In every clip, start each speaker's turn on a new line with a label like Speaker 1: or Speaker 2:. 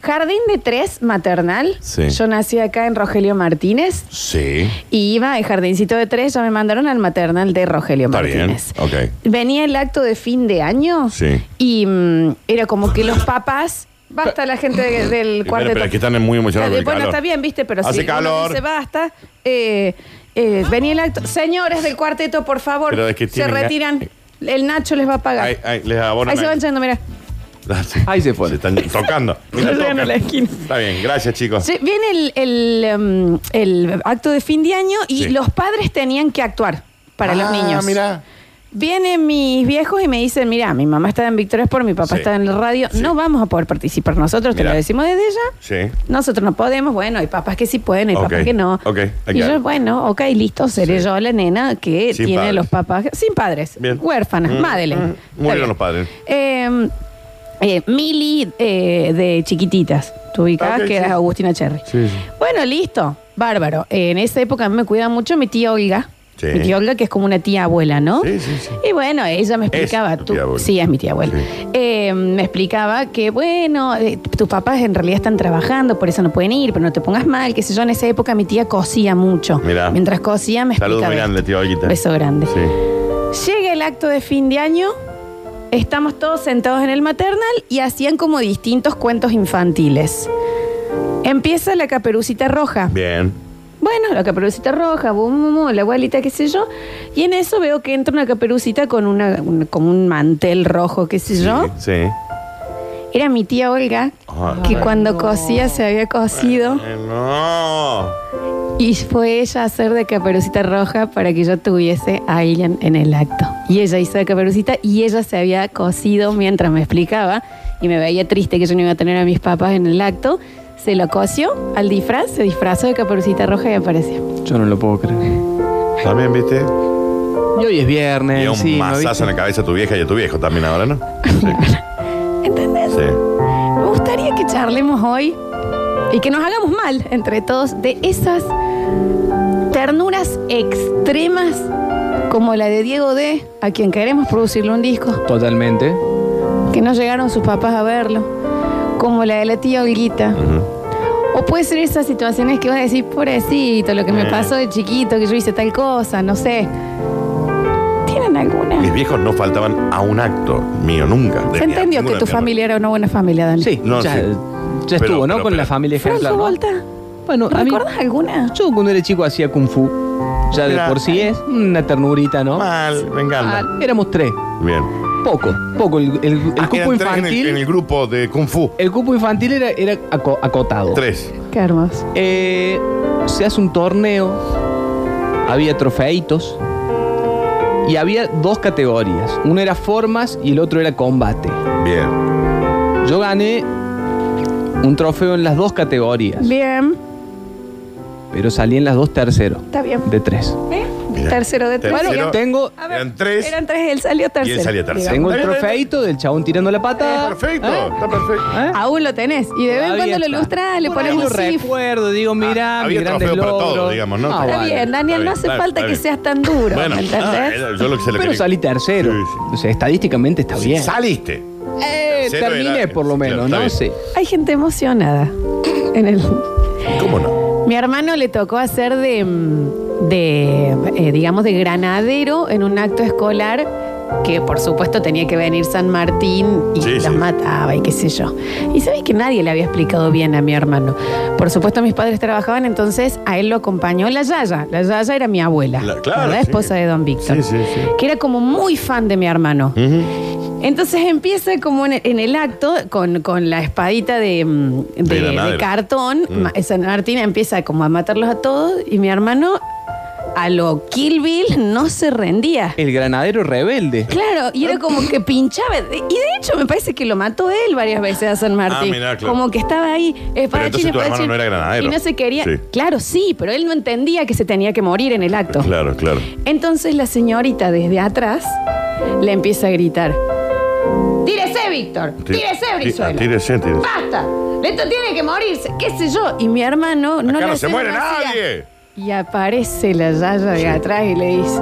Speaker 1: Jardín de tres maternal.
Speaker 2: Sí.
Speaker 1: Yo nací acá en Rogelio Martínez
Speaker 2: Sí.
Speaker 1: y iba al jardincito de tres. Ya me mandaron al maternal de Rogelio
Speaker 2: Está bien,
Speaker 1: Martínez.
Speaker 2: ok.
Speaker 1: Venía el acto de fin de año
Speaker 2: Sí.
Speaker 1: y mm, era como que los papás. Basta la gente de- del
Speaker 2: Espera,
Speaker 1: cuarteto.
Speaker 2: espera, que están muy emocionados con el
Speaker 1: bueno,
Speaker 2: calor.
Speaker 1: está bien, viste, pero
Speaker 2: Hace
Speaker 1: sí, uno
Speaker 2: calor.
Speaker 1: dice, basta. eh, eh, venía el acto. Señores del cuarteto, por favor,
Speaker 2: Pero es que
Speaker 1: se
Speaker 2: tienen-
Speaker 1: retiran. El Nacho les va a pagar.
Speaker 2: Ahí, ahí, les abonan.
Speaker 1: Ahí se van yendo, mira.
Speaker 2: Ah, sí.
Speaker 3: Ahí se fue.
Speaker 2: Se están tocando. Mira,
Speaker 1: Se llegan a la
Speaker 2: tocan.
Speaker 1: esquina.
Speaker 2: Está bien, gracias chicos.
Speaker 1: Sí, viene el, el, um, el acto de fin de año y
Speaker 2: Sí.
Speaker 1: los padres tenían que actuar para los
Speaker 2: Ah,
Speaker 1: niños.
Speaker 2: mirá.
Speaker 1: Vienen mis viejos y me dicen, mira, mi mamá está en Victoria por mi papá
Speaker 2: Sí.
Speaker 1: está en la radio,
Speaker 2: Sí.
Speaker 1: no vamos a poder participar nosotros, te
Speaker 2: Mirá.
Speaker 1: lo decimos desde ella.
Speaker 2: Sí.
Speaker 1: Nosotros no podemos, bueno, hay papás que sí pueden, hay
Speaker 2: Ok,
Speaker 1: papás que no.
Speaker 2: ok,
Speaker 1: y
Speaker 2: acá.
Speaker 1: yo, bueno, ok, listo, seré yo la nena que
Speaker 2: Sin
Speaker 1: tiene
Speaker 2: padres.
Speaker 1: los papás sin padres,
Speaker 2: Bien.
Speaker 1: huérfanas,
Speaker 2: Mm,
Speaker 1: madre.
Speaker 2: mm, murieron los padres.
Speaker 1: Eh, eh, Mili eh, de chiquititas, tú ubicás,
Speaker 2: Ok,
Speaker 1: que
Speaker 2: sí.
Speaker 1: era Agustina Cherry.
Speaker 2: Sí, sí.
Speaker 1: Bueno, listo, bárbaro. Eh, en esa época a mí me cuidaba mucho mi tía Olga.
Speaker 2: Sí.
Speaker 1: Mi tía Olga, que es como una tía abuela, ¿no?
Speaker 2: Sí, sí, sí.
Speaker 1: Y bueno, ella me explicaba,
Speaker 2: Es tu
Speaker 1: tú,
Speaker 2: tía abuela.
Speaker 1: sí, es mi tía abuela.
Speaker 2: Sí.
Speaker 1: Eh, me explicaba que, bueno, eh, tus papás en realidad están trabajando, por eso no pueden ir, pero no te pongas mal, qué sé yo, en esa época mi tía cosía mucho.
Speaker 2: Mirá.
Speaker 1: Mientras cosía me
Speaker 2: Saludos
Speaker 1: explicaba.
Speaker 2: muy grande,
Speaker 1: esto.
Speaker 2: tío Olguita.
Speaker 1: Beso grande.
Speaker 2: Sí.
Speaker 1: Llega el acto de fin de año, estamos todos sentados en el maternal y hacían como distintos cuentos infantiles. Empieza la caperucita roja.
Speaker 2: Bien.
Speaker 1: Bueno, la caperucita roja, bum, bum, bum, la abuelita, qué sé yo. Y en eso veo que entra una caperucita con una, un- como un mantel rojo, qué sé yo.
Speaker 2: Sí.
Speaker 1: Era mi tía Olga,
Speaker 2: Ajá.
Speaker 1: que cuando cosía se había cosido.
Speaker 2: Eh, no.
Speaker 1: Y fue ella a hacer de caperucita roja para que yo tuviese a Ilian en el acto. Y ella hizo de caperucita y ella se había cosido mientras me explicaba y me veía triste que yo no iba a tener a mis papás en el acto. Se lo cosió al disfraz, se disfrazó de caperucita roja y apareció.
Speaker 3: Yo no lo puedo creer.
Speaker 2: También, viste.
Speaker 3: Y hoy es viernes.
Speaker 2: Y un
Speaker 3: sí, ¿no
Speaker 2: mazazo en la cabeza a tu vieja y a tu viejo también ahora, ¿no?
Speaker 1: ¿Entendés?
Speaker 2: Sí.
Speaker 1: Me gustaría que charlemos hoy y que nos hagamos mal entre todos de esas ternuras extremas como la de Diego D, a quien queremos producirle un disco.
Speaker 3: viste? Totalmente.
Speaker 1: que no llegaron sus papás a verlo, como la de la tía Olguita.
Speaker 2: Ujú.
Speaker 1: O puede ser esas situaciones que vas a decir, pobrecito, lo que me
Speaker 2: Eh.
Speaker 1: pasó de chiquito, que yo hice tal cosa, no sé. ¿Tienen
Speaker 2: Mis
Speaker 1: alguna?
Speaker 2: viejos no faltaban a un acto mío, nunca. De
Speaker 1: Se
Speaker 2: mi-
Speaker 1: entendió
Speaker 2: ninguno
Speaker 1: que
Speaker 2: de
Speaker 1: tu
Speaker 2: mi hermano.
Speaker 1: familia era una buena familia, Dani.
Speaker 3: Sí,
Speaker 2: No,
Speaker 3: ya,
Speaker 2: sí.
Speaker 3: ya estuvo,
Speaker 2: Pero,
Speaker 3: ¿no?
Speaker 2: pero,
Speaker 3: Con
Speaker 2: pero.
Speaker 3: la familia ejemplar.
Speaker 1: Franco
Speaker 3: ¿no?
Speaker 1: Volta,
Speaker 3: Bueno, a mí,
Speaker 1: ¿recuerdas alguna?
Speaker 3: yo cuando era chico hacía kung fu. Ya de
Speaker 2: Mirá.
Speaker 3: por sí es una ternurita, ¿no?
Speaker 2: Mal, me encanta.
Speaker 3: Ah, éramos tres.
Speaker 2: Bien.
Speaker 3: Poco, poco. El, el, el
Speaker 2: Ah, eran
Speaker 3: cupo
Speaker 2: tres en el-
Speaker 3: infantil.
Speaker 2: en el grupo de Kung Fu.
Speaker 3: El cupo infantil era, era aco- acotado.
Speaker 2: Tres.
Speaker 1: Qué hermoso.
Speaker 3: Eh, se hace un torneo, había trofeitos y había dos categorías. Una era formas y el otro era combate.
Speaker 2: Bien.
Speaker 3: Yo gané un trofeo en las dos categorías,
Speaker 1: Bien,
Speaker 3: pero salí en las dos tercero
Speaker 1: está bien.
Speaker 3: de tres.
Speaker 1: ¿Eh?
Speaker 2: Mira.
Speaker 1: Tercero de tres.
Speaker 2: Tercero.
Speaker 1: Eran-
Speaker 3: Bueno, tengo,
Speaker 1: a ver,
Speaker 2: Eran tres.
Speaker 1: Eran tres, él salió tercero.
Speaker 2: salía tercero.
Speaker 1: digamos.
Speaker 3: tengo el
Speaker 2: Está bien,
Speaker 3: trofeito del chabón tirando la pata.
Speaker 2: Está perfecto.
Speaker 3: ¿Eh?
Speaker 2: Está perfecto.
Speaker 3: ¿Eh?
Speaker 1: Aún lo tenés. Ah, Y de vez en
Speaker 3: Todavía
Speaker 1: cuando lo
Speaker 3: está.
Speaker 1: ilustras, le
Speaker 3: Por
Speaker 1: pones
Speaker 3: ahí
Speaker 1: un
Speaker 3: lo
Speaker 1: cif.
Speaker 3: recuerdo, digo, mirá,
Speaker 2: Ah,
Speaker 3: mi
Speaker 2: había
Speaker 3: grandes
Speaker 2: trofeo para
Speaker 3: logros.
Speaker 2: todo, digamos, ¿no?
Speaker 3: Ah,
Speaker 2: Está
Speaker 1: Está
Speaker 3: bueno.
Speaker 1: bien, Daniel,
Speaker 2: Está
Speaker 1: no
Speaker 2: bien,
Speaker 1: hace
Speaker 2: está bien,
Speaker 1: falta
Speaker 2: está
Speaker 1: que
Speaker 2: bien.
Speaker 1: seas tan duro.
Speaker 2: Bueno, ah,
Speaker 1: ¿entendés?
Speaker 2: era- yo lo que se le
Speaker 3: Pero
Speaker 2: quería-
Speaker 3: salí tercero.
Speaker 2: Sí, sí.
Speaker 3: O sea, estadísticamente está bien.
Speaker 2: Saliste.
Speaker 3: Eh,
Speaker 2: Tercero
Speaker 3: terminé
Speaker 2: era-
Speaker 3: por lo menos,
Speaker 2: Está
Speaker 3: no
Speaker 2: bien.
Speaker 3: sé.
Speaker 1: Hay gente emocionada. En el...
Speaker 2: ¿Cómo no?
Speaker 1: Mi hermano le tocó hacer de, mm, de eh, digamos, de granadero en un acto escolar que, por supuesto, tenía que venir San Martín y
Speaker 2: Sí,
Speaker 1: los
Speaker 2: sí.
Speaker 1: mataba y qué sé yo. Y sabéis que nadie le había explicado bien a mi hermano. Por supuesto, mis padres trabajaban, entonces a él lo acompañó la Yaya. La Yaya era mi abuela,
Speaker 2: La- claro,
Speaker 1: ¿verdad?
Speaker 2: sí.
Speaker 1: esposa de don Víctor,
Speaker 2: Sí, sí, sí. Mm.
Speaker 1: que era como muy fan de mi hermano.
Speaker 2: Ujú.
Speaker 1: Entonces empieza como en, en el acto con, con la espadita de, mm, de-
Speaker 2: De la
Speaker 1: de
Speaker 2: madre.
Speaker 1: cartón.
Speaker 2: Mm.
Speaker 1: Ma- San Martín empieza como a matarlos a todos y mi hermano a lo Kill Bill no se rendía.
Speaker 3: El granadero rebelde.
Speaker 1: Claro, y era como que pinchaba. De- Y de hecho me parece que lo mató él varias veces a San Martín.
Speaker 2: Ah, mirá, claro.
Speaker 1: Como que estaba ahí, espadachín,
Speaker 2: entonces tu hermano
Speaker 1: espadachín.
Speaker 2: no era granadero.
Speaker 1: Y no se quería.
Speaker 2: Sí.
Speaker 1: Claro, sí, pero él no entendía que se tenía que morir en el acto.
Speaker 2: Claro, claro.
Speaker 1: Entonces la señorita desde atrás le empieza a gritar. Tírese, Víctor. Tírese,
Speaker 2: Tí-
Speaker 1: Brizuela.
Speaker 2: ah, Tírese, tírese.
Speaker 1: Basta. Leto tiene que morirse. ¿Qué sé yo? Y mi hermano no
Speaker 2: Acá
Speaker 1: le
Speaker 2: no se
Speaker 1: hacía
Speaker 2: muere
Speaker 1: gracia.
Speaker 2: nadie.
Speaker 1: Y aparece la Yaya de atrás y le dice.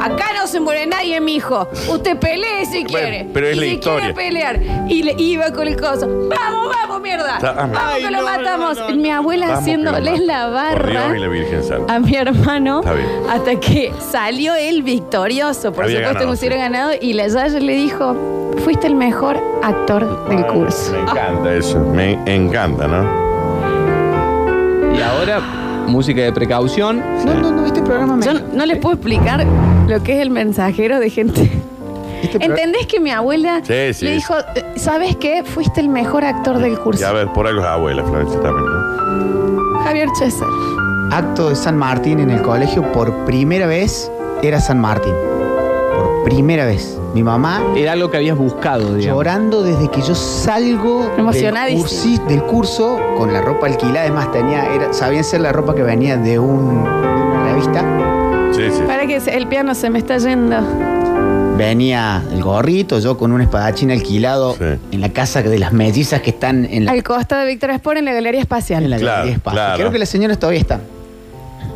Speaker 1: Acá no se muere nadie, mijo. Usted pelee si
Speaker 2: Bueno,
Speaker 1: quiere.
Speaker 2: pero es
Speaker 1: Y
Speaker 2: la
Speaker 1: si
Speaker 2: historia.
Speaker 1: quiere pelear. Y le iba con el coso. ¡Vamos, vamos, mierda!
Speaker 2: Está- ah,
Speaker 1: ¡Vamos que
Speaker 3: Ay,
Speaker 1: lo
Speaker 3: no, no,
Speaker 1: matamos!
Speaker 3: no, no.
Speaker 1: Mi abuela
Speaker 2: Vamos,
Speaker 1: haciéndoles
Speaker 2: que
Speaker 1: la
Speaker 2: Por
Speaker 1: barra.
Speaker 2: Dios y la Virgen Santa.
Speaker 1: a mi hermano
Speaker 2: Está bien.
Speaker 1: hasta que salió él victorioso. Por
Speaker 2: Había ganado,
Speaker 1: supuesto que hubiera
Speaker 2: sí.
Speaker 1: ganado y la Yaya le dijo, fuiste el mejor actor del Ah, curso.
Speaker 2: Me encanta eso. Me encanta, ¿no?
Speaker 3: Y ahora, música de precaución.
Speaker 4: No, no, no, este programa me.
Speaker 1: Yo no les puedo explicar lo que es el mensajero de gente.
Speaker 4: este pro-
Speaker 1: ¿Entendés que mi abuela
Speaker 2: Sí, sí.
Speaker 1: le dijo, "Eh, ¿sabes qué? Fuiste el mejor actor del
Speaker 2: Y
Speaker 1: curso?
Speaker 2: a ver, por algo es abuela, Florencia también, ¿no?
Speaker 1: Javier Chesser.
Speaker 4: Acto de San Martín en el colegio por primera vez era San Martín. Por primera vez. Mi mamá
Speaker 3: Era algo que habías buscado, digamos.
Speaker 4: llorando desde que yo salgo del,
Speaker 1: Emocionadísima.
Speaker 4: cursi- del curso con la ropa alquilada. Además, tenía, era, sabía hacer la ropa que venía de, un, de una revista.
Speaker 2: Sí, sí.
Speaker 1: Para que se- el piano se me está yendo.
Speaker 4: Venía el gorrito, yo con un espadachín alquilado
Speaker 2: Sí.
Speaker 4: en la casa de las mellizas que están en la,
Speaker 1: Al costa de Víctor Sport en la Galería Espacial.
Speaker 4: en la
Speaker 2: Claro,
Speaker 4: Galería Espacio.
Speaker 2: claro.
Speaker 4: Creo que las señoras todavía están.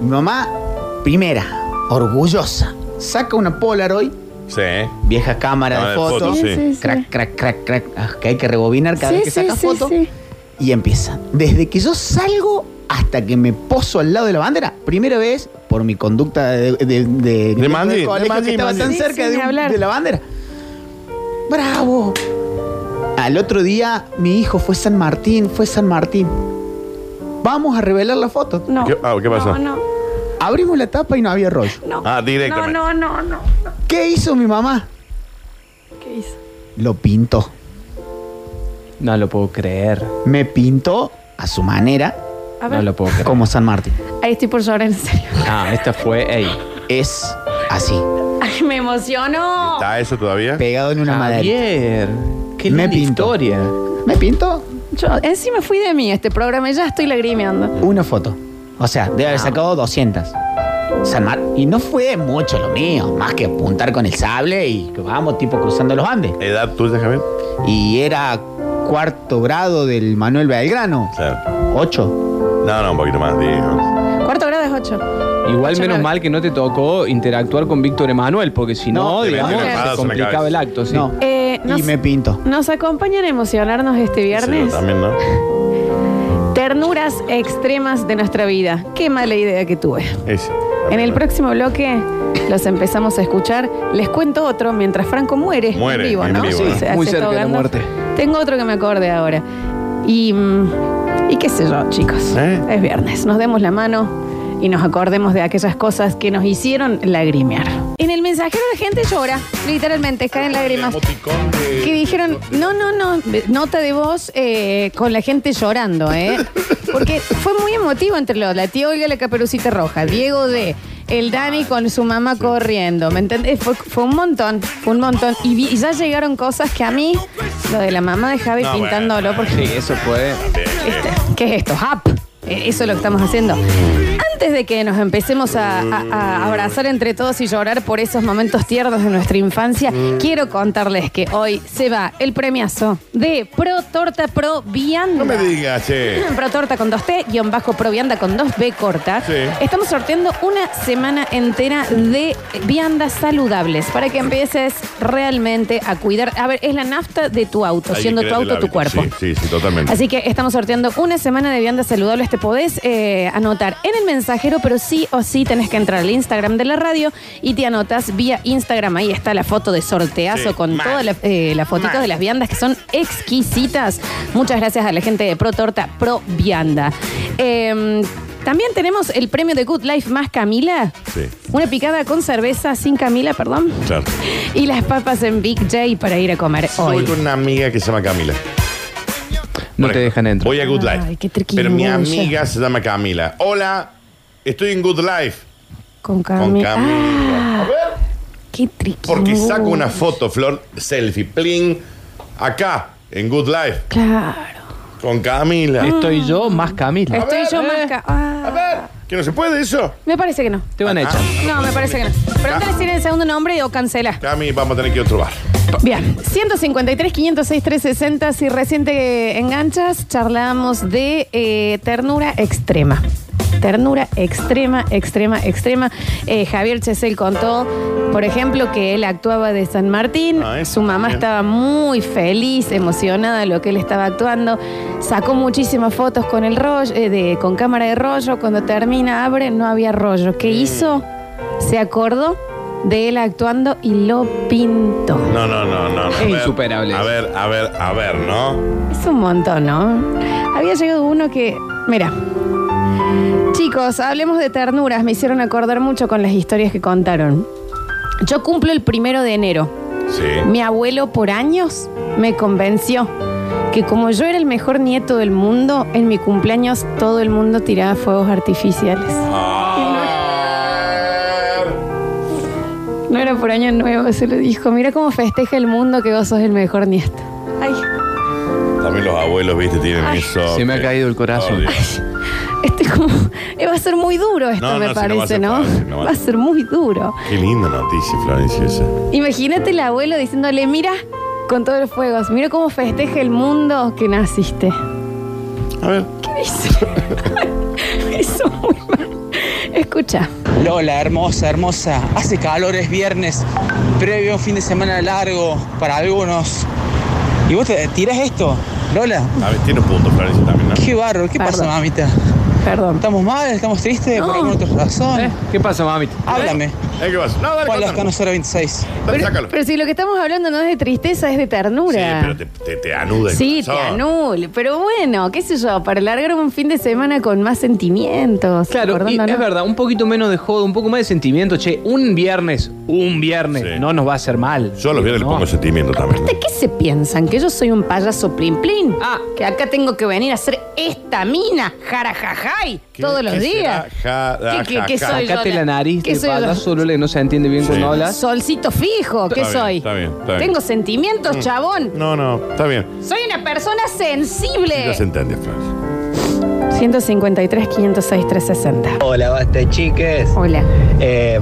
Speaker 4: Mi mamá, primera, orgullosa, saca una Polaroid,
Speaker 2: Sí. ¿eh?
Speaker 4: vieja cámara
Speaker 2: Cámara
Speaker 4: de
Speaker 2: Ah, de
Speaker 4: fotos.
Speaker 2: fotos, sí.
Speaker 4: Crack, crack, crack, crack. ah, Que hay que rebobinar cada
Speaker 1: Sí,
Speaker 4: vez que
Speaker 1: sí,
Speaker 4: sacas
Speaker 1: sí,
Speaker 4: foto.
Speaker 1: sí.
Speaker 4: Y empieza. Desde que yo salgo hasta que me poso al lado de la bandera, primera vez por mi conducta de, de, de, del
Speaker 2: Mandi,
Speaker 4: colegio
Speaker 2: de Mandi,
Speaker 4: que estaba
Speaker 2: Mandi.
Speaker 4: tan
Speaker 1: Sí,
Speaker 4: cerca
Speaker 1: sí,
Speaker 4: de,
Speaker 1: ni
Speaker 4: un-
Speaker 1: hablar.
Speaker 4: de la bandera. ¡Bravo! Al otro día, mi hijo fue San Martín, fue San Martín. Vamos a revelar la foto.
Speaker 1: No.
Speaker 2: ¿Qué- ah, qué pasó?
Speaker 1: No, no,
Speaker 4: Abrimos la tapa y no había rollo.
Speaker 1: no.
Speaker 2: Ah, directamente.
Speaker 1: No, no, no, no.
Speaker 4: ¿Qué hizo mi mamá?
Speaker 1: ¿Qué hizo?
Speaker 4: Lo pintó.
Speaker 3: No lo puedo creer.
Speaker 4: Me pintó a su manera
Speaker 1: A ver.
Speaker 3: No lo puedo creer.
Speaker 4: como San Martín.
Speaker 1: Ahí estoy por llorar, en serio.
Speaker 3: Ah, esta fue. Ey.
Speaker 4: Es así,
Speaker 1: Ay, me emociono.
Speaker 2: ¿Está eso todavía?
Speaker 4: pegado en una
Speaker 3: Ah,
Speaker 4: madera.
Speaker 3: Javier. Qué
Speaker 4: Me
Speaker 3: linda
Speaker 4: pinto.
Speaker 3: historia.
Speaker 4: Me pintó
Speaker 1: Yo, encima fui de mí este programa y ya estoy lagrimeando.
Speaker 4: una foto. O sea, debe haber sacado 200. San Mar- Y no fue mucho lo mío, más que apuntar con el sable y que vamos tipo cruzando los Andes.
Speaker 2: ¿Edad tuya, Javier?
Speaker 4: Y era cuarto grado del Manuel Belgrano.
Speaker 2: Claro.
Speaker 4: Ocho.
Speaker 2: No, no, un poquito más, digo.
Speaker 1: Cuarto grado es ocho.
Speaker 3: Igual
Speaker 1: Escúchame.
Speaker 3: menos mal que no te tocó interactuar con Víctor Emanuel, porque si no,
Speaker 4: No, te
Speaker 3: digamos,
Speaker 1: metí una
Speaker 2: patada
Speaker 3: se
Speaker 2: en la
Speaker 3: complicaba
Speaker 2: cabeza.
Speaker 3: el acto, sí.
Speaker 4: No.
Speaker 1: Eh, nos,
Speaker 4: Y me pinto.
Speaker 1: nos acompañan a emocionarnos este
Speaker 2: Sí,
Speaker 1: viernes.
Speaker 2: también, ¿no?
Speaker 1: Ternuras extremas de nuestra vida. Qué mala idea que tuve.
Speaker 2: Ese.
Speaker 1: En el próximo bloque los empezamos a escuchar. Les cuento otro mientras Franco muere.
Speaker 2: Muere,
Speaker 1: en vivo,
Speaker 2: en
Speaker 1: ¿no?
Speaker 2: vivo, ¿no?
Speaker 3: Muy
Speaker 1: está
Speaker 3: cerca de la
Speaker 1: ahogando.
Speaker 3: muerte.
Speaker 1: Tengo otro que me acorde ahora. Y, mm, y qué sé yo, chicos.
Speaker 2: ¿Eh?
Speaker 1: Es viernes. Nos demos la mano y nos acordemos de aquellas cosas que nos hicieron lagrimear. En el mensajero la gente llora, literalmente, caen lágrimas.
Speaker 2: Emoticón de-
Speaker 1: Que dijeron, no, no, no, nota de voz eh, con la gente llorando, ¿eh? Porque fue muy emotivo entre los, la tía Olga y la caperucita roja, Diego D, el Dani con su mamá corriendo, ¿me entendés? Fue, fue un montón, fue un montón. Y, vi- y ya llegaron cosas que a mí, lo de la mamá de Javi
Speaker 2: No,
Speaker 1: pintándolo,
Speaker 2: bueno.
Speaker 1: porque
Speaker 3: Sí, eso fue.
Speaker 1: este, ¿Qué es esto? Hap. Eh, Eso es lo que estamos haciendo. Antes de que nos empecemos a, a- a abrazar entre todos y llorar por esos momentos tiernos de nuestra infancia, quiero contarles que hoy se va el premiazo de Pro Torta Pro Vianda.
Speaker 2: No me digas, che.
Speaker 1: Pro Torta con 2T, guión bajo Pro Vianda con 2B corta.
Speaker 2: Sí.
Speaker 1: Estamos sorteando una semana entera de viandas saludables para que empieces realmente a cuidar. A ver, es la nafta de tu auto,
Speaker 2: Hay que
Speaker 1: siendo tu
Speaker 2: crear el
Speaker 1: auto tu
Speaker 2: hábito.
Speaker 1: cuerpo.
Speaker 2: Sí, sí, sí, totalmente.
Speaker 1: Así que estamos sorteando una semana de viandas saludables. Te podés eh, anotar en el mensajero, pero sí o sí tenés que entrar al Instagram de la radio y te anotas vía Instagram. Ahí está la foto de sorteazo
Speaker 2: Sí,
Speaker 1: con
Speaker 2: mal.
Speaker 1: todas las eh, las fotitos
Speaker 2: Mal.
Speaker 1: de las viandas que son exquisitas. Muchas gracias a la gente de Pro Torta Pro Vianda. Eh, también tenemos el premio de Good Life más Camila.
Speaker 2: Sí.
Speaker 1: Una picada con cerveza sin Camila, perdón.
Speaker 2: Claro.
Speaker 1: Y las papas en Big J para ir a comer
Speaker 2: Voy
Speaker 1: hoy.
Speaker 2: con una amiga que se llama Camila.
Speaker 3: No
Speaker 2: Por ejemplo,
Speaker 3: te dejan entrar.
Speaker 2: Voy a Good Life.
Speaker 1: Ay, qué triquiñuela.
Speaker 2: Pero mi amiga se llama Camila. Hola, estoy en Good Life.
Speaker 1: Con
Speaker 2: Con
Speaker 1: Ah. Camila.
Speaker 2: Camila. A ver.
Speaker 1: Qué triqui.
Speaker 2: Porque saco una foto, Flor, selfie, pling, acá, en Good Life,
Speaker 1: Claro.
Speaker 2: con Camila.
Speaker 1: Ah.
Speaker 3: Estoy yo más Camila.
Speaker 1: Estoy
Speaker 2: ver,
Speaker 1: yo
Speaker 2: eh.
Speaker 1: más ca- ah.
Speaker 2: A ver, que no se puede eso.
Speaker 1: Me parece que no.
Speaker 3: Te van a echar.
Speaker 2: Ah.
Speaker 1: No, me parece que no. Pregúntale si tiene el segundo nombre o cancela.
Speaker 2: Cami, vamos a tener que ir a otro bar.
Speaker 1: Bien. 153, 506, 360. Si recién te enganchas, charlamos de eh, ternura extrema. Ternura extrema, extrema, extrema. Eh, Javier Chesel contó, por ejemplo, que él actuaba de San Martín.
Speaker 2: Ah, eso
Speaker 1: Su mamá
Speaker 2: también.
Speaker 1: estaba muy feliz, emocionada de lo que él estaba actuando. Sacó muchísimas fotos con el rollo, eh, de, con cámara de rollo. Cuando termina, abre, no había rollo. ¿Qué hizo? Se acordó de él actuando y lo pintó.
Speaker 2: No, no, no, no. no.
Speaker 3: Es
Speaker 2: A ver,
Speaker 3: insuperable.
Speaker 2: A ver, a ver, a ver, ¿no?
Speaker 1: Es un montón, ¿no? Había llegado uno que. Mira. Chicos, hablemos de ternuras. Me hicieron acordar mucho con las historias que contaron. Yo cumplo el primero de enero.
Speaker 2: Sí.
Speaker 1: Mi abuelo por años me convenció que como yo era el mejor nieto del mundo, en mi cumpleaños todo el mundo tiraba fuegos artificiales.
Speaker 2: Ah. A ver.
Speaker 1: No era por año nuevo, se lo dijo. Mira cómo festeja el mundo que vos sos el mejor nieto. Ay,
Speaker 2: También los abuelos, viste, tienen eso.
Speaker 3: se me ha caído el corazón.
Speaker 2: Por Dios.
Speaker 1: este es como... eh, Va a ser muy duro esto,
Speaker 2: No,
Speaker 1: me
Speaker 2: no, sí, no va a
Speaker 1: parece,
Speaker 2: ser
Speaker 1: ¿no?
Speaker 2: fácil, no va a
Speaker 1: va a
Speaker 2: ser-
Speaker 1: ser muy duro.
Speaker 2: Qué linda noticia, Florencia, esa.
Speaker 1: Imagínate el abuelo diciéndole, mira, con todos los fuegos, mira cómo festeja el mundo que naciste.
Speaker 2: A ver.
Speaker 1: ¿Qué dice? Eso muy mal. Escucha.
Speaker 5: Lola, hermosa, hermosa. Hace calor, es viernes, previo a un fin de semana largo para algunos. ¿Y vos te tirás esto? Lola,
Speaker 2: A ver, tiene un punto, Florencia, también, ¿no?
Speaker 5: qué barro, ¿qué pasa,
Speaker 1: Perdón.
Speaker 5: mamita?
Speaker 1: Perdón.
Speaker 5: ¿Estamos mal? ¿Estamos tristes?
Speaker 1: No.
Speaker 5: ¿Por alguna otra razón?
Speaker 3: ¿Eh? ¿Qué pasa, mami?
Speaker 5: Háblame.
Speaker 2: Eh, ¿Qué vas? No, dale,
Speaker 5: Juan
Speaker 2: contanos.
Speaker 5: Lascano 026.
Speaker 2: Dale, sácalo.
Speaker 1: Pero si lo que estamos hablando no es de tristeza, es de
Speaker 2: Sí,
Speaker 1: ternura.
Speaker 2: pero te, te, te anuda el
Speaker 1: Sí, te
Speaker 2: corazón.
Speaker 1: anule. Pero bueno, qué sé yo, para largar un fin de semana con más sentimientos.
Speaker 3: Claro, y
Speaker 1: acordándonos.
Speaker 3: es verdad, un poquito menos de jodo, un poco más de sentimiento, che, un viernes, un viernes,
Speaker 2: Sí.
Speaker 3: no nos va a hacer mal.
Speaker 2: Yo a los viernes
Speaker 3: No.
Speaker 2: le pongo sentimiento también.
Speaker 1: Aparte, ¿qué se piensan? ¿Que yo soy un payaso plin plin?
Speaker 3: Ah.
Speaker 1: Que acá tengo que venir a hacer esta mina, jarajajay,
Speaker 2: ¿Qué-
Speaker 1: todos los
Speaker 2: qué
Speaker 1: días.
Speaker 2: será? Ja-
Speaker 1: ¿Qué- qué-
Speaker 2: ja-
Speaker 1: qué
Speaker 2: ja.
Speaker 1: soy yo?
Speaker 3: Sacate
Speaker 1: Lola.
Speaker 3: la nariz,
Speaker 1: ¿Qué
Speaker 3: te
Speaker 1: soy yo?
Speaker 3: pasas solo que no se entiende bien
Speaker 2: Sí.
Speaker 3: cuando hablas.
Speaker 1: Solcito fijo, ¿qué
Speaker 2: bien,
Speaker 1: soy?
Speaker 2: está bien, está bien. Mm.
Speaker 1: Tengo sentimientos, chabón.
Speaker 2: No, no, está bien.
Speaker 1: Soy una persona
Speaker 2: Ya se
Speaker 1: sensible.
Speaker 2: entiende, Florencia.
Speaker 1: 153, 506, 360.
Speaker 6: Hola, basta chiques.
Speaker 1: Hola.
Speaker 6: Eh,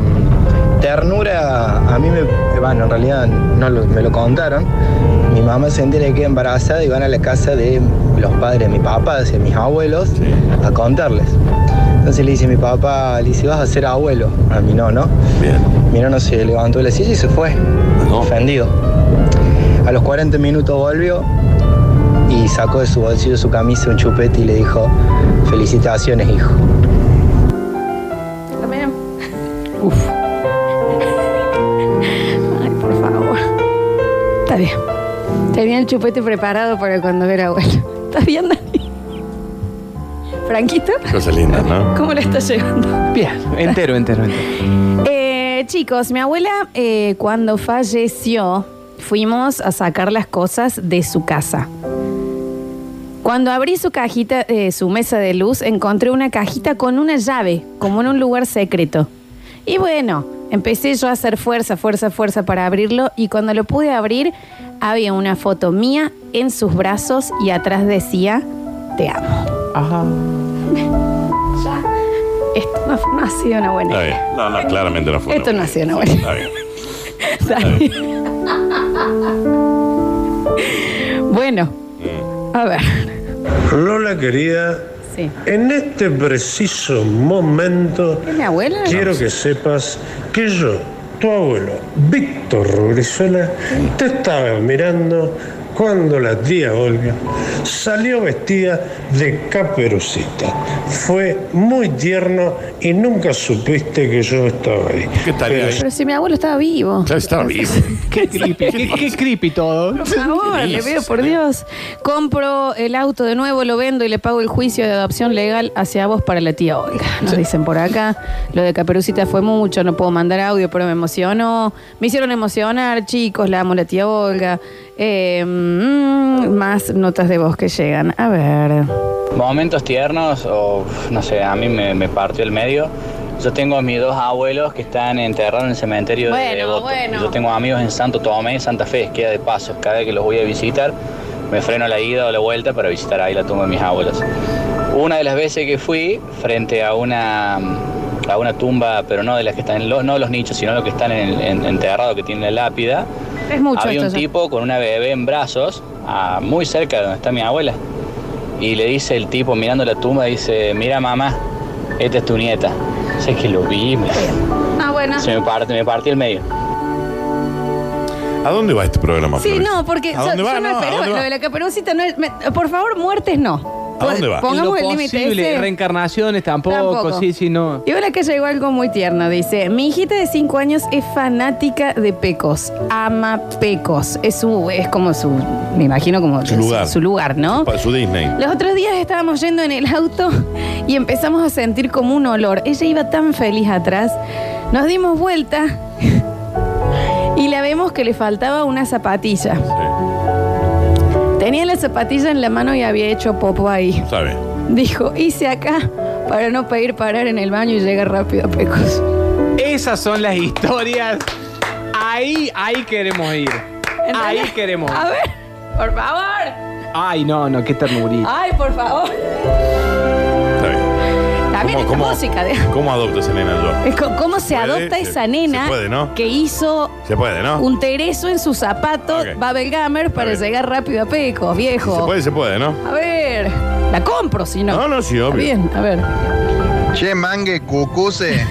Speaker 6: ternura, a mí me, bueno, en realidad no lo- me lo contaron. Mi mamá se entera que queda embarazada y van a la casa de los padres de mi papá, de mis abuelos, a contarles. Entonces le dice mi papá, le dice, vas a ser abuelo. A mí no, ¿no?
Speaker 2: Bien.
Speaker 6: Mi no se levantó de la silla y se fue. Ofendido. A los 40 minutos volvió y sacó de su bolsillo su camisa un chupete y le dijo, felicitaciones, hijo.
Speaker 1: Uf. Ay, por favor. Está bien. Tenía el chupete preparado para cuando era abuelo. ¿Estás bien, Dani? ¿Franquito?
Speaker 2: Cosa linda, ¿no?
Speaker 1: ¿Cómo lo estás llevando?
Speaker 3: Bien, entero, entero, entero.
Speaker 1: Eh, chicos, mi abuela eh, cuando falleció fuimos a sacar las cosas de su casa. Cuando abrí su cajita, eh, su mesa de luz, encontré una cajita con una llave, como en un lugar secreto. Y bueno, empecé yo a hacer fuerza, fuerza, fuerza para abrirlo y cuando lo pude abrir había una foto mía en sus brazos y atrás decía, te amo.
Speaker 3: Ajá.
Speaker 1: Esto no, no ha sido una buena
Speaker 2: Está bien.
Speaker 1: idea.
Speaker 2: No, no, claramente no fue.
Speaker 1: Esto no ha sido una buena idea.
Speaker 2: Está bien.
Speaker 1: Dani. bueno, a ver.
Speaker 7: Lola querida,
Speaker 1: Sí.
Speaker 7: en este preciso momento
Speaker 1: ¿Es mi abuela?
Speaker 7: quiero que sepas que yo, tu abuelo, Víctor Rubrizuela, te estaba mirando cuando la tía Olga salió vestida de caperucita. Fue muy tierno y nunca supiste que yo estaba ahí.
Speaker 2: ¿Qué estaría
Speaker 7: Pero
Speaker 2: ahí?
Speaker 1: Pero si mi abuelo estaba vivo.
Speaker 2: Claro, estaba vivo.
Speaker 3: Qué creepy, qué, qué creepy todo.
Speaker 1: Por favor, le pido por Dios. Compro el auto de nuevo, lo vendo y le pago el juicio de adopción legal hacia vos para la tía Olga. Nos dicen por acá. Lo de Caperucita fue mucho, no puedo mandar audio, pero me emocionó. Me hicieron emocionar, chicos, la amo la tía Olga. Eh, mm, más notas de voz que llegan. A ver.
Speaker 8: Momentos tiernos, o no sé, a mí me, me partió el medio. Yo tengo a mis dos abuelos que están enterrados en el cementerio de
Speaker 1: Bueno,
Speaker 8: Devoto.
Speaker 1: bueno.
Speaker 8: Yo tengo amigos en Santo Tomé y Santa Fe, queda de paso. Cada vez que los voy a visitar, me freno a la ida o la vuelta para visitar ahí la tumba de mis abuelos. Una de las veces que fui, frente a una, a una tumba, pero no de las que están, en los, no los nichos, sino los que están en, en- enterrados, que tiene la lápida,
Speaker 1: Es mucho
Speaker 8: había
Speaker 1: esto
Speaker 8: un
Speaker 1: ya.
Speaker 8: tipo con una bebé en brazos, ah, muy cerca de donde está mi abuela. Y le dice el tipo, mirando la tumba, dice, mira mamá, Esta es tu nieta. Sé que lo vi, me-
Speaker 1: Ah, bueno.
Speaker 8: se me parte, me partí el medio.
Speaker 2: ¿A dónde va este programa,
Speaker 1: Sí,
Speaker 2: Florencia?
Speaker 1: no, porque
Speaker 2: ¿A
Speaker 1: yo,
Speaker 2: dónde
Speaker 1: yo
Speaker 2: va?
Speaker 1: no
Speaker 2: No, ¿a
Speaker 1: esperaba
Speaker 2: dónde
Speaker 1: lo
Speaker 2: va?
Speaker 1: de la caperucita. No, es- me- por favor, muertes no.
Speaker 2: ¿A dónde va?
Speaker 3: Y lo
Speaker 1: Pongamos el límite
Speaker 3: posible,
Speaker 1: ese.
Speaker 3: reencarnaciones tampoco,
Speaker 1: Tampoco.
Speaker 3: sí, sí, no.
Speaker 1: Y bueno, que llegó algo muy tierno. Dice: Mi hijita de 5 años es fanática de Pecos. Ama Pecos. Es su, es como su, me imagino como
Speaker 2: Su lugar.
Speaker 1: su lugar, ¿no?
Speaker 2: Para su Disney.
Speaker 1: Los otros días estábamos yendo en el auto y empezamos a sentir como un olor. Ella iba tan feliz atrás. Nos dimos vuelta y la vemos que le faltaba una zapatilla.
Speaker 2: Sí,
Speaker 1: Tenía la zapatilla en la mano y había hecho popo ahí.
Speaker 2: sabe.
Speaker 1: Dijo, hice acá para no pedir parar en el baño y llegar rápido a Pecos.
Speaker 3: Esas son las historias. Ahí, ahí queremos ir. Ahí
Speaker 1: ¿Entendés?
Speaker 3: queremos.
Speaker 1: A ver, por favor.
Speaker 3: Ay, no, no, qué ternurita.
Speaker 1: Ay, por favor.
Speaker 2: Está bien.
Speaker 1: También esta música. De...
Speaker 2: ¿Cómo adopta esa nena yo?
Speaker 1: Es co- ¿Cómo se
Speaker 2: Puede,
Speaker 1: adopta
Speaker 2: se-
Speaker 1: esa nena
Speaker 2: se puede, ¿no?
Speaker 1: que hizo
Speaker 2: Se puede, ¿no?
Speaker 1: un tereso en su zapato,
Speaker 2: Ok.
Speaker 1: Babelgamer, para
Speaker 2: bien.
Speaker 1: llegar rápido a Pecos,
Speaker 2: Si Se
Speaker 1: viejo.
Speaker 2: puede, se puede, ¿no?
Speaker 1: A ver, la compro si no.
Speaker 2: No, no, sí,
Speaker 1: Está
Speaker 2: obvio.
Speaker 1: Bien, a ver.
Speaker 6: Che, mangue, cucuse.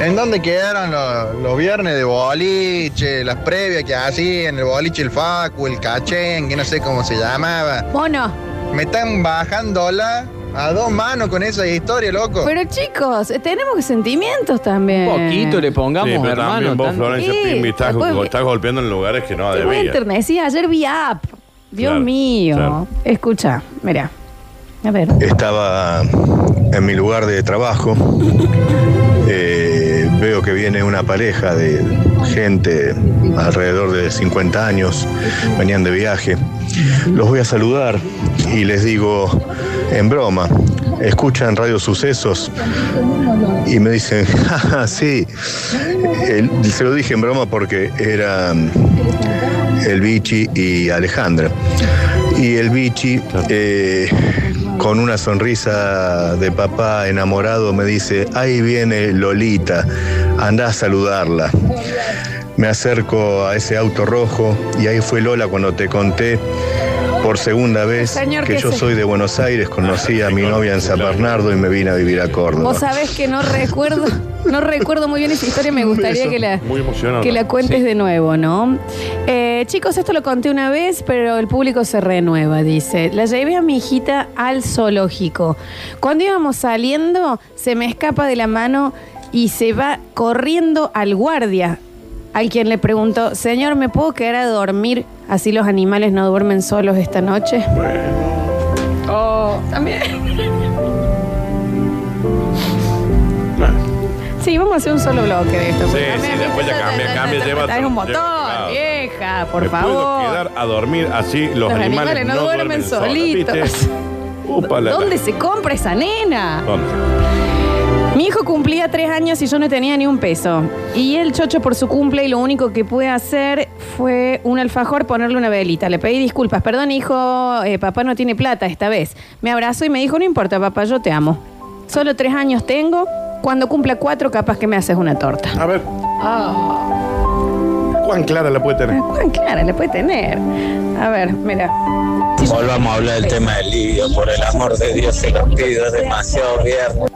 Speaker 6: ¿En dónde quedaron los, los viernes de boliche? Las previas que hacían, el boliche, el facu, el cachén, que no sé cómo se llamaba.
Speaker 1: Bueno,
Speaker 6: Me están bajándola a dos manos con esa historia, loco.
Speaker 1: pero chicos, eh, tenemos sentimientos
Speaker 3: Un
Speaker 1: también.
Speaker 3: poquito le pongamos,
Speaker 2: sí, pero
Speaker 3: hermano.
Speaker 2: también vos,
Speaker 3: tan-
Speaker 2: Florencia
Speaker 1: Sí,
Speaker 2: Pimbi, estás,
Speaker 1: después-
Speaker 2: go- estás golpeando en lugares que no
Speaker 1: Te voy a
Speaker 2: debías.
Speaker 1: internet. Sí, ayer vi app. Dios
Speaker 2: Claro,
Speaker 1: mío.
Speaker 2: claro.
Speaker 1: Escucha, mira. A ver.
Speaker 9: Estaba en mi lugar de trabajo. Eh, veo que viene una pareja de gente alrededor de 50 años. Venían de viaje. Los voy a saludar y les digo en broma. Escuchan Radio Sucesos y me dicen, "Ja, ja, sí. El- se lo dije en broma porque era el Bichi y Alejandra. Y el Bichi, eh, con una sonrisa de papá enamorado, me dice, ahí viene Lolita, anda a saludarla. Me acerco a ese auto rojo y ahí fue Lola cuando te conté por segunda vez
Speaker 1: Señor,
Speaker 9: que
Speaker 1: ¿qué
Speaker 9: yo
Speaker 1: se-
Speaker 9: soy de Buenos Aires, conocí a mi novia en San Bernardo y me vine a vivir a Córdoba.
Speaker 1: Vos sabés que no recuerdo, no recuerdo muy bien esa historia, me gustaría que la,
Speaker 2: Muy emocionado.
Speaker 1: que la cuentes de nuevo, ¿no? Eh, chicos, esto lo conté una vez, pero el público se renueva, dice. La llevé a mi hijita al zoológico. Cuando íbamos saliendo, se me escapa de la mano y se va corriendo al guardia, al quien le preguntó, señor, ¿me puedo quedar a dormir? Así los animales no duermen solos esta noche. Oh, también. Sí, vamos a hacer un solo bloque de esto.
Speaker 2: Sí,
Speaker 1: porque también,
Speaker 2: sí, después ya
Speaker 1: ¿viste?
Speaker 2: cambia,
Speaker 1: Está-
Speaker 2: cambia,
Speaker 1: está-
Speaker 2: lleva
Speaker 1: está-
Speaker 2: otro-
Speaker 1: Es un montón,
Speaker 2: lleva otro lado.
Speaker 1: vieja, por
Speaker 2: Me Puedo
Speaker 1: favor.
Speaker 2: quedar a dormir así los,
Speaker 1: Los animales no duermen
Speaker 2: solos,
Speaker 1: solitos.
Speaker 2: ¿viste? Upa, la, la.
Speaker 1: ¿Dónde se compra esa nena?
Speaker 2: ¿Dónde?
Speaker 1: Mi hijo cumplía tres años y yo no tenía ni un peso. Y el chocho por su cumple y lo único que pude hacer fue un alfajor ponerle una velita. Le pedí disculpas. Perdón, hijo, eh, papá no tiene plata esta vez. Me abrazó y me dijo, no importa, papá, yo te amo. Solo tres años tengo. Cuando cumpla cuatro, capaz que me haces una torta.
Speaker 2: A ver.
Speaker 1: Ah.
Speaker 2: ¿Cuán clara la puede tener?
Speaker 1: ¿Cuán clara le puede tener? A ver, mira.
Speaker 5: Volvamos a hablar del tema del libido, por el amor de Dios se lo pido, es demasiado viernes.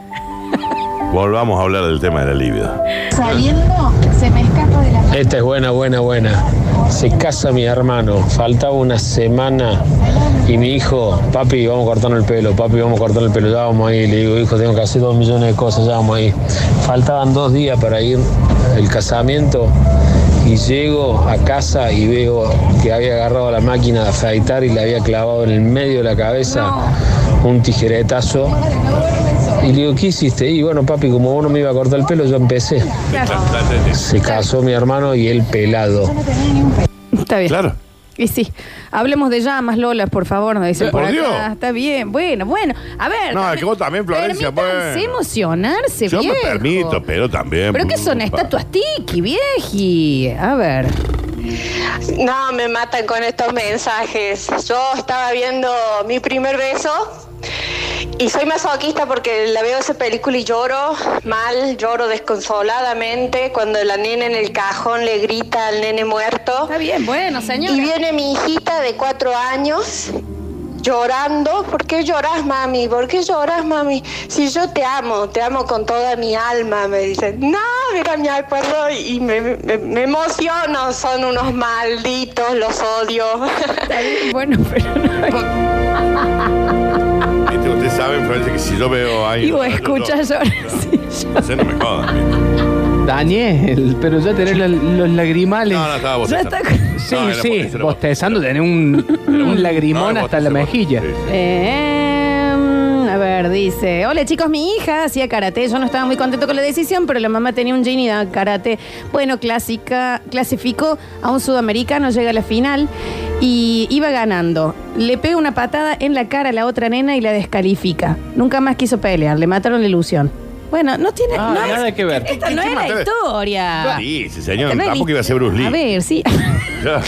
Speaker 2: Volvamos a hablar del tema de la libido.
Speaker 1: Este,
Speaker 10: Saliendo, se me escapa de la mano.
Speaker 5: Esta es buena, buena, buena. Se casa mi hermano, faltaba una semana y mi hijo, papi, vamos a cortarnos el pelo, papi, vamos a cortar el pelo, ya vamos ahí. Le digo, hijo, tengo que hacer dos millones de cosas, ya vamos ahí. Faltaban dos días para ir el casamiento y llego a casa y veo que había agarrado la máquina de afeitar y le había clavado en el medio de la cabeza un tijeretazo. Y le digo, ¿qué hiciste? Y bueno, papi, como vos no me iba a cortar el pelo, yo empecé. Se casó mi hermano y él pelado.
Speaker 1: Está bien.
Speaker 2: Claro.
Speaker 1: Y sí, hablemos de llamas, Lola, por favor, nos dicen por,
Speaker 2: Eh, Por
Speaker 1: acá.
Speaker 2: Dios.
Speaker 1: Está bien, bueno, bueno. A ver.
Speaker 2: No, es que vos también, Florencia,
Speaker 1: permítanse
Speaker 2: bueno.
Speaker 1: emocionarse,
Speaker 2: Yo me
Speaker 1: viejo.
Speaker 2: permito, pero también.
Speaker 1: ¿Pero qué son
Speaker 2: Upa.
Speaker 1: estatuas tiki, vieji? A ver.
Speaker 11: No, me matan con estos mensajes. Yo estaba viendo mi primer beso y soy masoquista porque la veo esa película y lloro mal, lloro desconsoladamente cuando la nena en el cajón le grita al nene muerto.
Speaker 1: Está bien, bueno, señor.
Speaker 11: Y viene mi hijita de cuatro años llorando. ¿Por qué lloras, mami? ¿Por qué lloras, mami? Si yo te amo, te amo con toda mi alma, me dicen. No, mira mi acuerdo y me, me- me emociono. Son unos malditos, los odio.
Speaker 1: bueno, pero
Speaker 2: Viste, Ustedes saben, Florencia, que si yo veo ahí.
Speaker 1: Y vos escuchas llorar. sí,
Speaker 2: No sé, no me jodan. ¿viste?
Speaker 3: Daniel, pero ya tenés la- los lagrimales.
Speaker 2: No, no, estaba bostezando.
Speaker 1: Ya está-
Speaker 3: Sí,
Speaker 2: No, era
Speaker 3: sí,
Speaker 2: bostezando, era
Speaker 3: bostezando, tenés un, un lagrimón
Speaker 2: No, era
Speaker 3: hasta la mejilla.
Speaker 1: Eh, a ver, dice, hola chicos, mi hija hacía karate, yo no estaba muy contento con la decisión, pero la mamá tenía un jean y daba karate. Bueno, clásica, clasificó a un sudamericano, llega a la final y iba ganando. Le pega una patada en la cara a la otra nena y la descalifica. Nunca más quiso pelear, le mataron la ilusión. Bueno, no tiene...
Speaker 3: Ah,
Speaker 1: no es-
Speaker 3: nada que ver.
Speaker 1: esta no
Speaker 2: ¿Qué
Speaker 1: era
Speaker 2: más te-
Speaker 1: historia.
Speaker 2: Sí, sí, señor.
Speaker 1: Esta no era
Speaker 2: Tampoco iba a ser Bruce Lee.
Speaker 1: A ver, sí.
Speaker 2: Ya,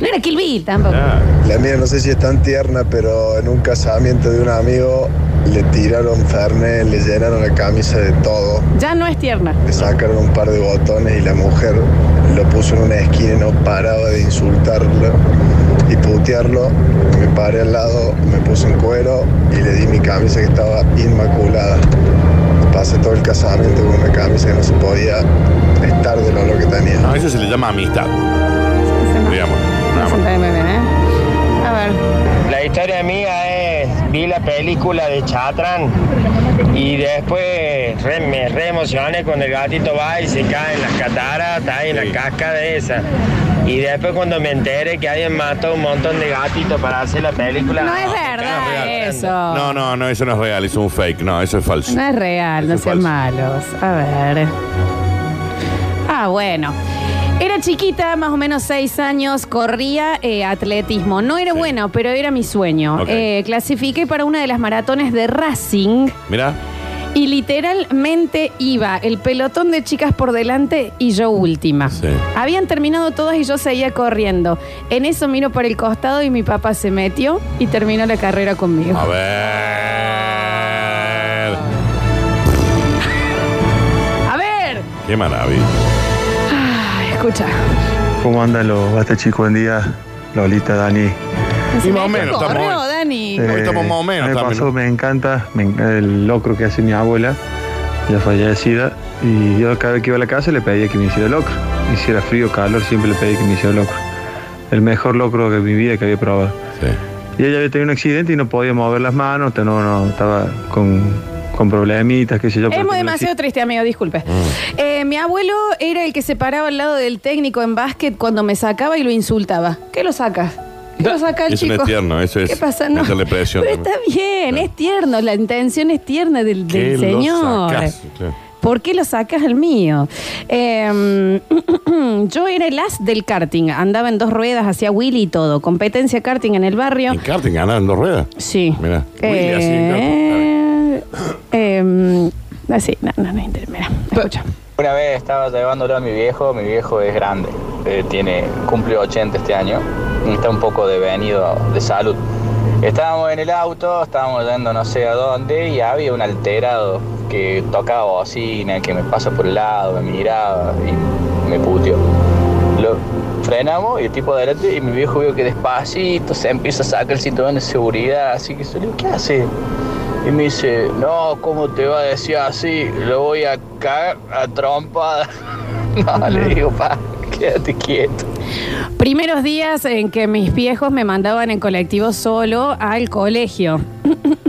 Speaker 1: no era Kill Bill tampoco.
Speaker 2: ya.
Speaker 12: La mía no sé si es tan tierna, pero en un casamiento de un amigo le tiraron Fernet, le llenaron la camisa de todo,
Speaker 1: Ya no es tierna.
Speaker 12: le sacaron un par de botones y la mujer lo puso en una esquina y no paraba de insultarlo y putearlo. Me paré al lado, me puse en cuero y le di mi camisa que estaba inmaculada. Pasé todo el casamiento con una camisa que no se podía estar del olor que tenía.
Speaker 2: No, eso se le llama amistad. Digamos. nada más.
Speaker 1: Sentate muy bien, ¿eh? A ver.
Speaker 13: La historia mía es, vi la película de Chatran y después re- me re emocioné cuando el gatito va y se cae en las cataratas y en la cascada esa. Y después cuando me enteré que habían matado un montón de gatitos para hacer la película.
Speaker 1: No es verdad eso. No,
Speaker 2: No, no, no, eso no es real, eso es un fake. No, eso es falso.
Speaker 1: es real, no sean malos. A ver. Ah, bueno. Era chiquita, más o menos seis años, corría eh, atletismo. No era bueno, pero era mi sueño.
Speaker 2: Ok.
Speaker 1: Eh, clasifiqué para una de las maratones de Racing
Speaker 2: Mirá,
Speaker 1: y literalmente iba el pelotón de chicas por delante y yo última.
Speaker 2: sí.
Speaker 1: Habían terminado todas y yo seguía corriendo. En eso miro por el costado y mi papá se metió y terminó la carrera conmigo.
Speaker 2: A ver.
Speaker 1: A ver,
Speaker 2: Qué maravilla.
Speaker 1: Ay, escucha.
Speaker 14: ¿Cómo andan los basta chicos? Buen día, Lolita, Dani.
Speaker 2: Y más o menos,
Speaker 1: Correo,
Speaker 2: estamos. hoy.
Speaker 1: Dani.
Speaker 14: Eh,
Speaker 2: Hoy estamos más o menos
Speaker 14: me
Speaker 2: también,
Speaker 14: pasó,
Speaker 2: ¿no?
Speaker 14: me encanta me enc- el locro que hace mi abuela, ya fallecida. Y yo cada vez que iba a la casa le pedía que me hiciera locro. Hiciera frío o calor, siempre le pedía que me hiciera locro. El mejor locro de mi vida que había probado. Y ella había tenido un accidente y no podía mover las manos, te- no, no, estaba con, con problemitas, qué sé yo.
Speaker 1: Es
Speaker 14: pero
Speaker 1: muy
Speaker 14: tenía la
Speaker 1: demasiado triste, amigo, disculpe.
Speaker 2: Mm.
Speaker 1: Eh, mi abuelo era el que se paraba al lado del técnico en básquet cuando me sacaba y lo insultaba. ¿Qué lo sacas? ¿Qué lo saca el
Speaker 2: Eso no
Speaker 1: chico?
Speaker 2: es tierno, eso es
Speaker 1: ¿Qué pasa? No.
Speaker 2: meterle presión.
Speaker 1: Pero está bien, es tierno, la intención es tierna del,
Speaker 2: ¿Qué lo
Speaker 1: del señor.
Speaker 2: sacás? Claro.
Speaker 1: ¿Por qué lo sacas el mío? Eh, yo era el as del karting, andaba en dos ruedas, hacía Willy y todo, competencia karting en el barrio.
Speaker 2: En karting ganaron dos ruedas.
Speaker 1: Sí.
Speaker 2: Mirá. Willy así en karting.
Speaker 1: Eh, eh, así, no, no, no, inter- mira, escucha.
Speaker 8: Una vez estaba llevándolo a mi viejo, mi viejo es grande, eh, tiene, cumple 80 este año y está un poco devenido de salud. Estábamos en el auto, estábamos yendo no sé a dónde y había un alterado que tocaba bocina, que me pasa por el lado, me miraba y me puteó. Lo frenamos y el tipo adelante y mi viejo vio que despacito se empieza a sacar el cinturón de seguridad, así que yo le digo, ¿qué hace? Y me dice, no, ¿cómo te va a decir así? Lo voy a cagar a trompada. No, le digo, pa, quédate quieto.
Speaker 1: Primeros días en que mis viejos me mandaban en colectivo solo al colegio.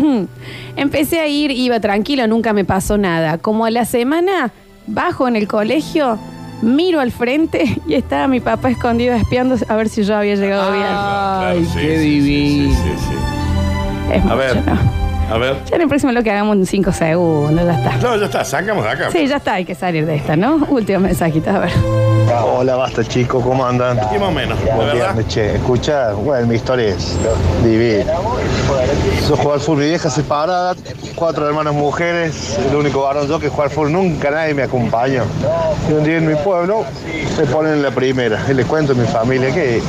Speaker 1: Empecé a ir, iba tranquilo, nunca me pasó nada. Como a la semana, bajo en el colegio, miro al frente y estaba mi papá escondido espiando a ver si yo había llegado
Speaker 2: Claro,
Speaker 3: Ay,
Speaker 2: sí, sí,
Speaker 3: qué
Speaker 2: sí,
Speaker 3: divino.
Speaker 2: sí, sí, sí.
Speaker 1: bien. Es
Speaker 2: A ver,
Speaker 1: mucho, ¿no?
Speaker 2: a ver.
Speaker 1: Ya en el próximo lo que hagamos en 5 segundos, ya está.
Speaker 2: No, ya está, sacamos de acá.
Speaker 1: Sí, ya está, hay que salir de esta, ¿no? Último mensajito, a ver.
Speaker 12: Ah, Hola, basta chicos, ¿cómo andan?
Speaker 2: Y más o menos,
Speaker 12: Buen
Speaker 2: la verdad.
Speaker 12: viernes, che. Escucha, bueno, mi historia es divina. Yo jugaba al fútbol, mi vieja separada, cuatro hermanas mujeres, el único varón yo que juega al fútbol, nunca nadie me acompañó. Y un día en mi pueblo me ponen en la primera, y le cuento a mi familia que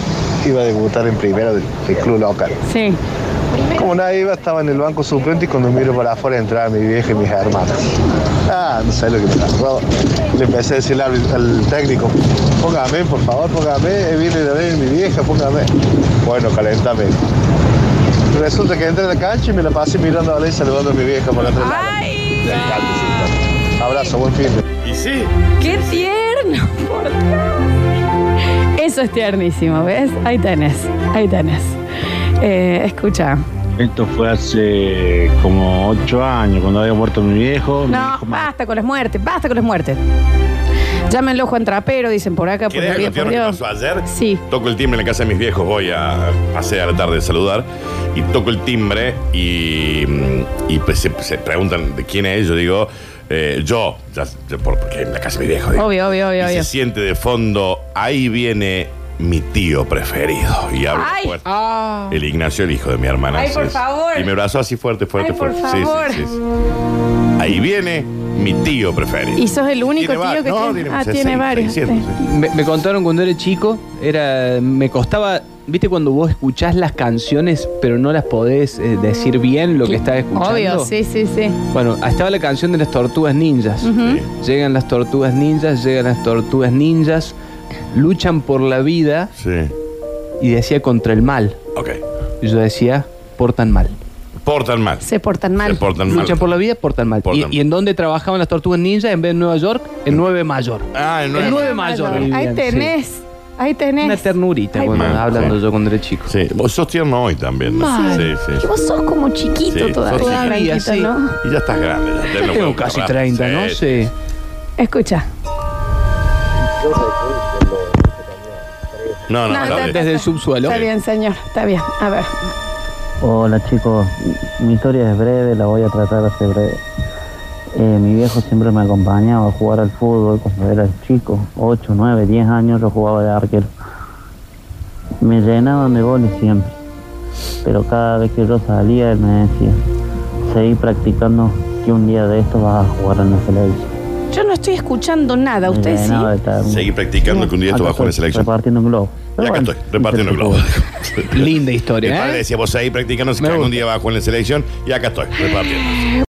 Speaker 12: iba a debutar en primera del, del club local.
Speaker 1: Sí.
Speaker 12: Como nadie iba, estaba en el banco suplente y cuando miro para afuera entraba mi vieja y mis hermanas. Ah, no sé lo que me pasó. Le empecé a decir al, al técnico, póngame, por favor, póngame, eh, viene de ver mi vieja, póngame. Bueno, calentame. Resulta que entré a la cancha y me la pasé mirando a la y saludando a mi vieja por atrás. ¡Ay! Abrazo, buen fin.
Speaker 2: Y sí.
Speaker 1: ¡Qué tierno! Por Dios. Eso es tiernísimo, ¿ves? Ahí tenés, ahí tenés. Eh, escucha.
Speaker 15: Esto fue hace como ocho años, cuando había muerto mi viejo.
Speaker 1: No, basta con las muertes, basta con las muertes. Llámenlo Juan Trapero, dicen por acá, por
Speaker 2: ¿Querés
Speaker 1: arriba,
Speaker 2: contar
Speaker 1: por
Speaker 2: lo que
Speaker 1: Dios.
Speaker 2: pasó ayer?
Speaker 1: Sí.
Speaker 2: Toco el timbre en la casa de mis viejos, voy a hacer a la tarde a saludar. Y toco el timbre y, y pues se, se preguntan de quién es. Yo digo, eh, yo, ya- ya por- porque en la casa de mis viejos. digo.
Speaker 1: Obvio, obvio, obvio,
Speaker 2: y
Speaker 1: obvio.
Speaker 2: se siente de fondo, ahí viene mi tío preferido. Y abre la
Speaker 1: ¡Ay!
Speaker 2: puerta.
Speaker 1: Ah.
Speaker 2: El Ignacio, el hijo de mi hermana.
Speaker 1: Ay, por
Speaker 2: Sí, sí.
Speaker 1: favor.
Speaker 2: Y me abrazó así fuerte, fuerte,
Speaker 1: Ay, por
Speaker 2: fuerte. Sí, sí,
Speaker 1: favor.
Speaker 2: sí, sí. Ahí viene mi tío preferido.
Speaker 1: Y sos el único
Speaker 2: Tiene
Speaker 1: tío
Speaker 2: varios.
Speaker 1: que
Speaker 2: No,
Speaker 1: tiene.
Speaker 2: tiene
Speaker 1: Ah, tiene
Speaker 2: 60,
Speaker 1: varios.
Speaker 2: 600,
Speaker 1: sí.
Speaker 3: Me, me contaron cuando era chico, era me costaba, viste cuando vos escuchás las canciones pero no las podés eh, decir bien lo que estás escuchando.
Speaker 1: Ah. Obvio, sí, sí, sí.
Speaker 3: Bueno, ahí estaba la canción de las tortugas ninjas.
Speaker 1: Ujú.
Speaker 3: Llegan las tortugas ninjas, llegan las tortugas ninjas, luchan por la vida. Y decía contra el mal.
Speaker 2: Ok.
Speaker 3: Y yo decía, portan mal.
Speaker 2: Portan mal.
Speaker 1: Se portan mal.
Speaker 3: Luchan por la vida, portan mal.
Speaker 2: Portan
Speaker 3: ¿Y,
Speaker 2: mal.
Speaker 3: y en dónde trabajaban las tortugas ninjas? En vez de Nueva York, en Nueve Mayor.
Speaker 2: Ah, en
Speaker 3: Nueve, Mayor.
Speaker 1: Ahí
Speaker 3: vivían, sí.
Speaker 1: tenés, ahí tenés.
Speaker 3: Una ternurita,
Speaker 1: Ay,
Speaker 3: bueno,
Speaker 2: Mal,
Speaker 3: hablando
Speaker 2: sí.
Speaker 3: yo cuando era chico.
Speaker 2: Sí, vos sos tierno hoy también, ¿no?
Speaker 1: Mal.
Speaker 2: Sí, sí.
Speaker 1: Que vos sos como chiquito
Speaker 2: Sí,
Speaker 1: todavía,
Speaker 2: sos chiquito.
Speaker 1: Franquito,
Speaker 2: Sí.
Speaker 1: ¿no?
Speaker 2: Y ya estás grande. Ya tenés
Speaker 3: Tengo
Speaker 2: un
Speaker 3: casi
Speaker 2: trabajo.
Speaker 3: 30, ¿no? Sí.
Speaker 1: Escucha.
Speaker 2: No,
Speaker 1: No, está-
Speaker 3: desde el subsuelo.
Speaker 1: Está bien, señor, está bien. A ver.
Speaker 16: Hola chicos, mi historia es breve, la voy a tratar de hacer breve. Eh, mi viejo siempre me acompañaba a jugar al fútbol cuando era chico, 8, 9, 10 años yo jugaba de arquero. Me llenaban de goles siempre, pero cada vez que yo salía él me decía, seguí practicando que un día de estos vas a jugar en la selección.
Speaker 1: Yo no estoy escuchando nada,
Speaker 16: Me
Speaker 1: usted sí.
Speaker 16: llenaba de tal-
Speaker 2: Seguí practicando que un día esto
Speaker 16: Acá
Speaker 2: va a jugar en
Speaker 16: estoy
Speaker 2: selección.
Speaker 16: Repartiendo un globo.
Speaker 2: Y acá estoy, repartiendo globos.
Speaker 3: Linda
Speaker 2: Mi
Speaker 3: historia,
Speaker 2: padre
Speaker 3: ¿eh?
Speaker 2: decía, vos ahí practicando, que algún día vas a jugar en la selección, y acá estoy, repartiendo.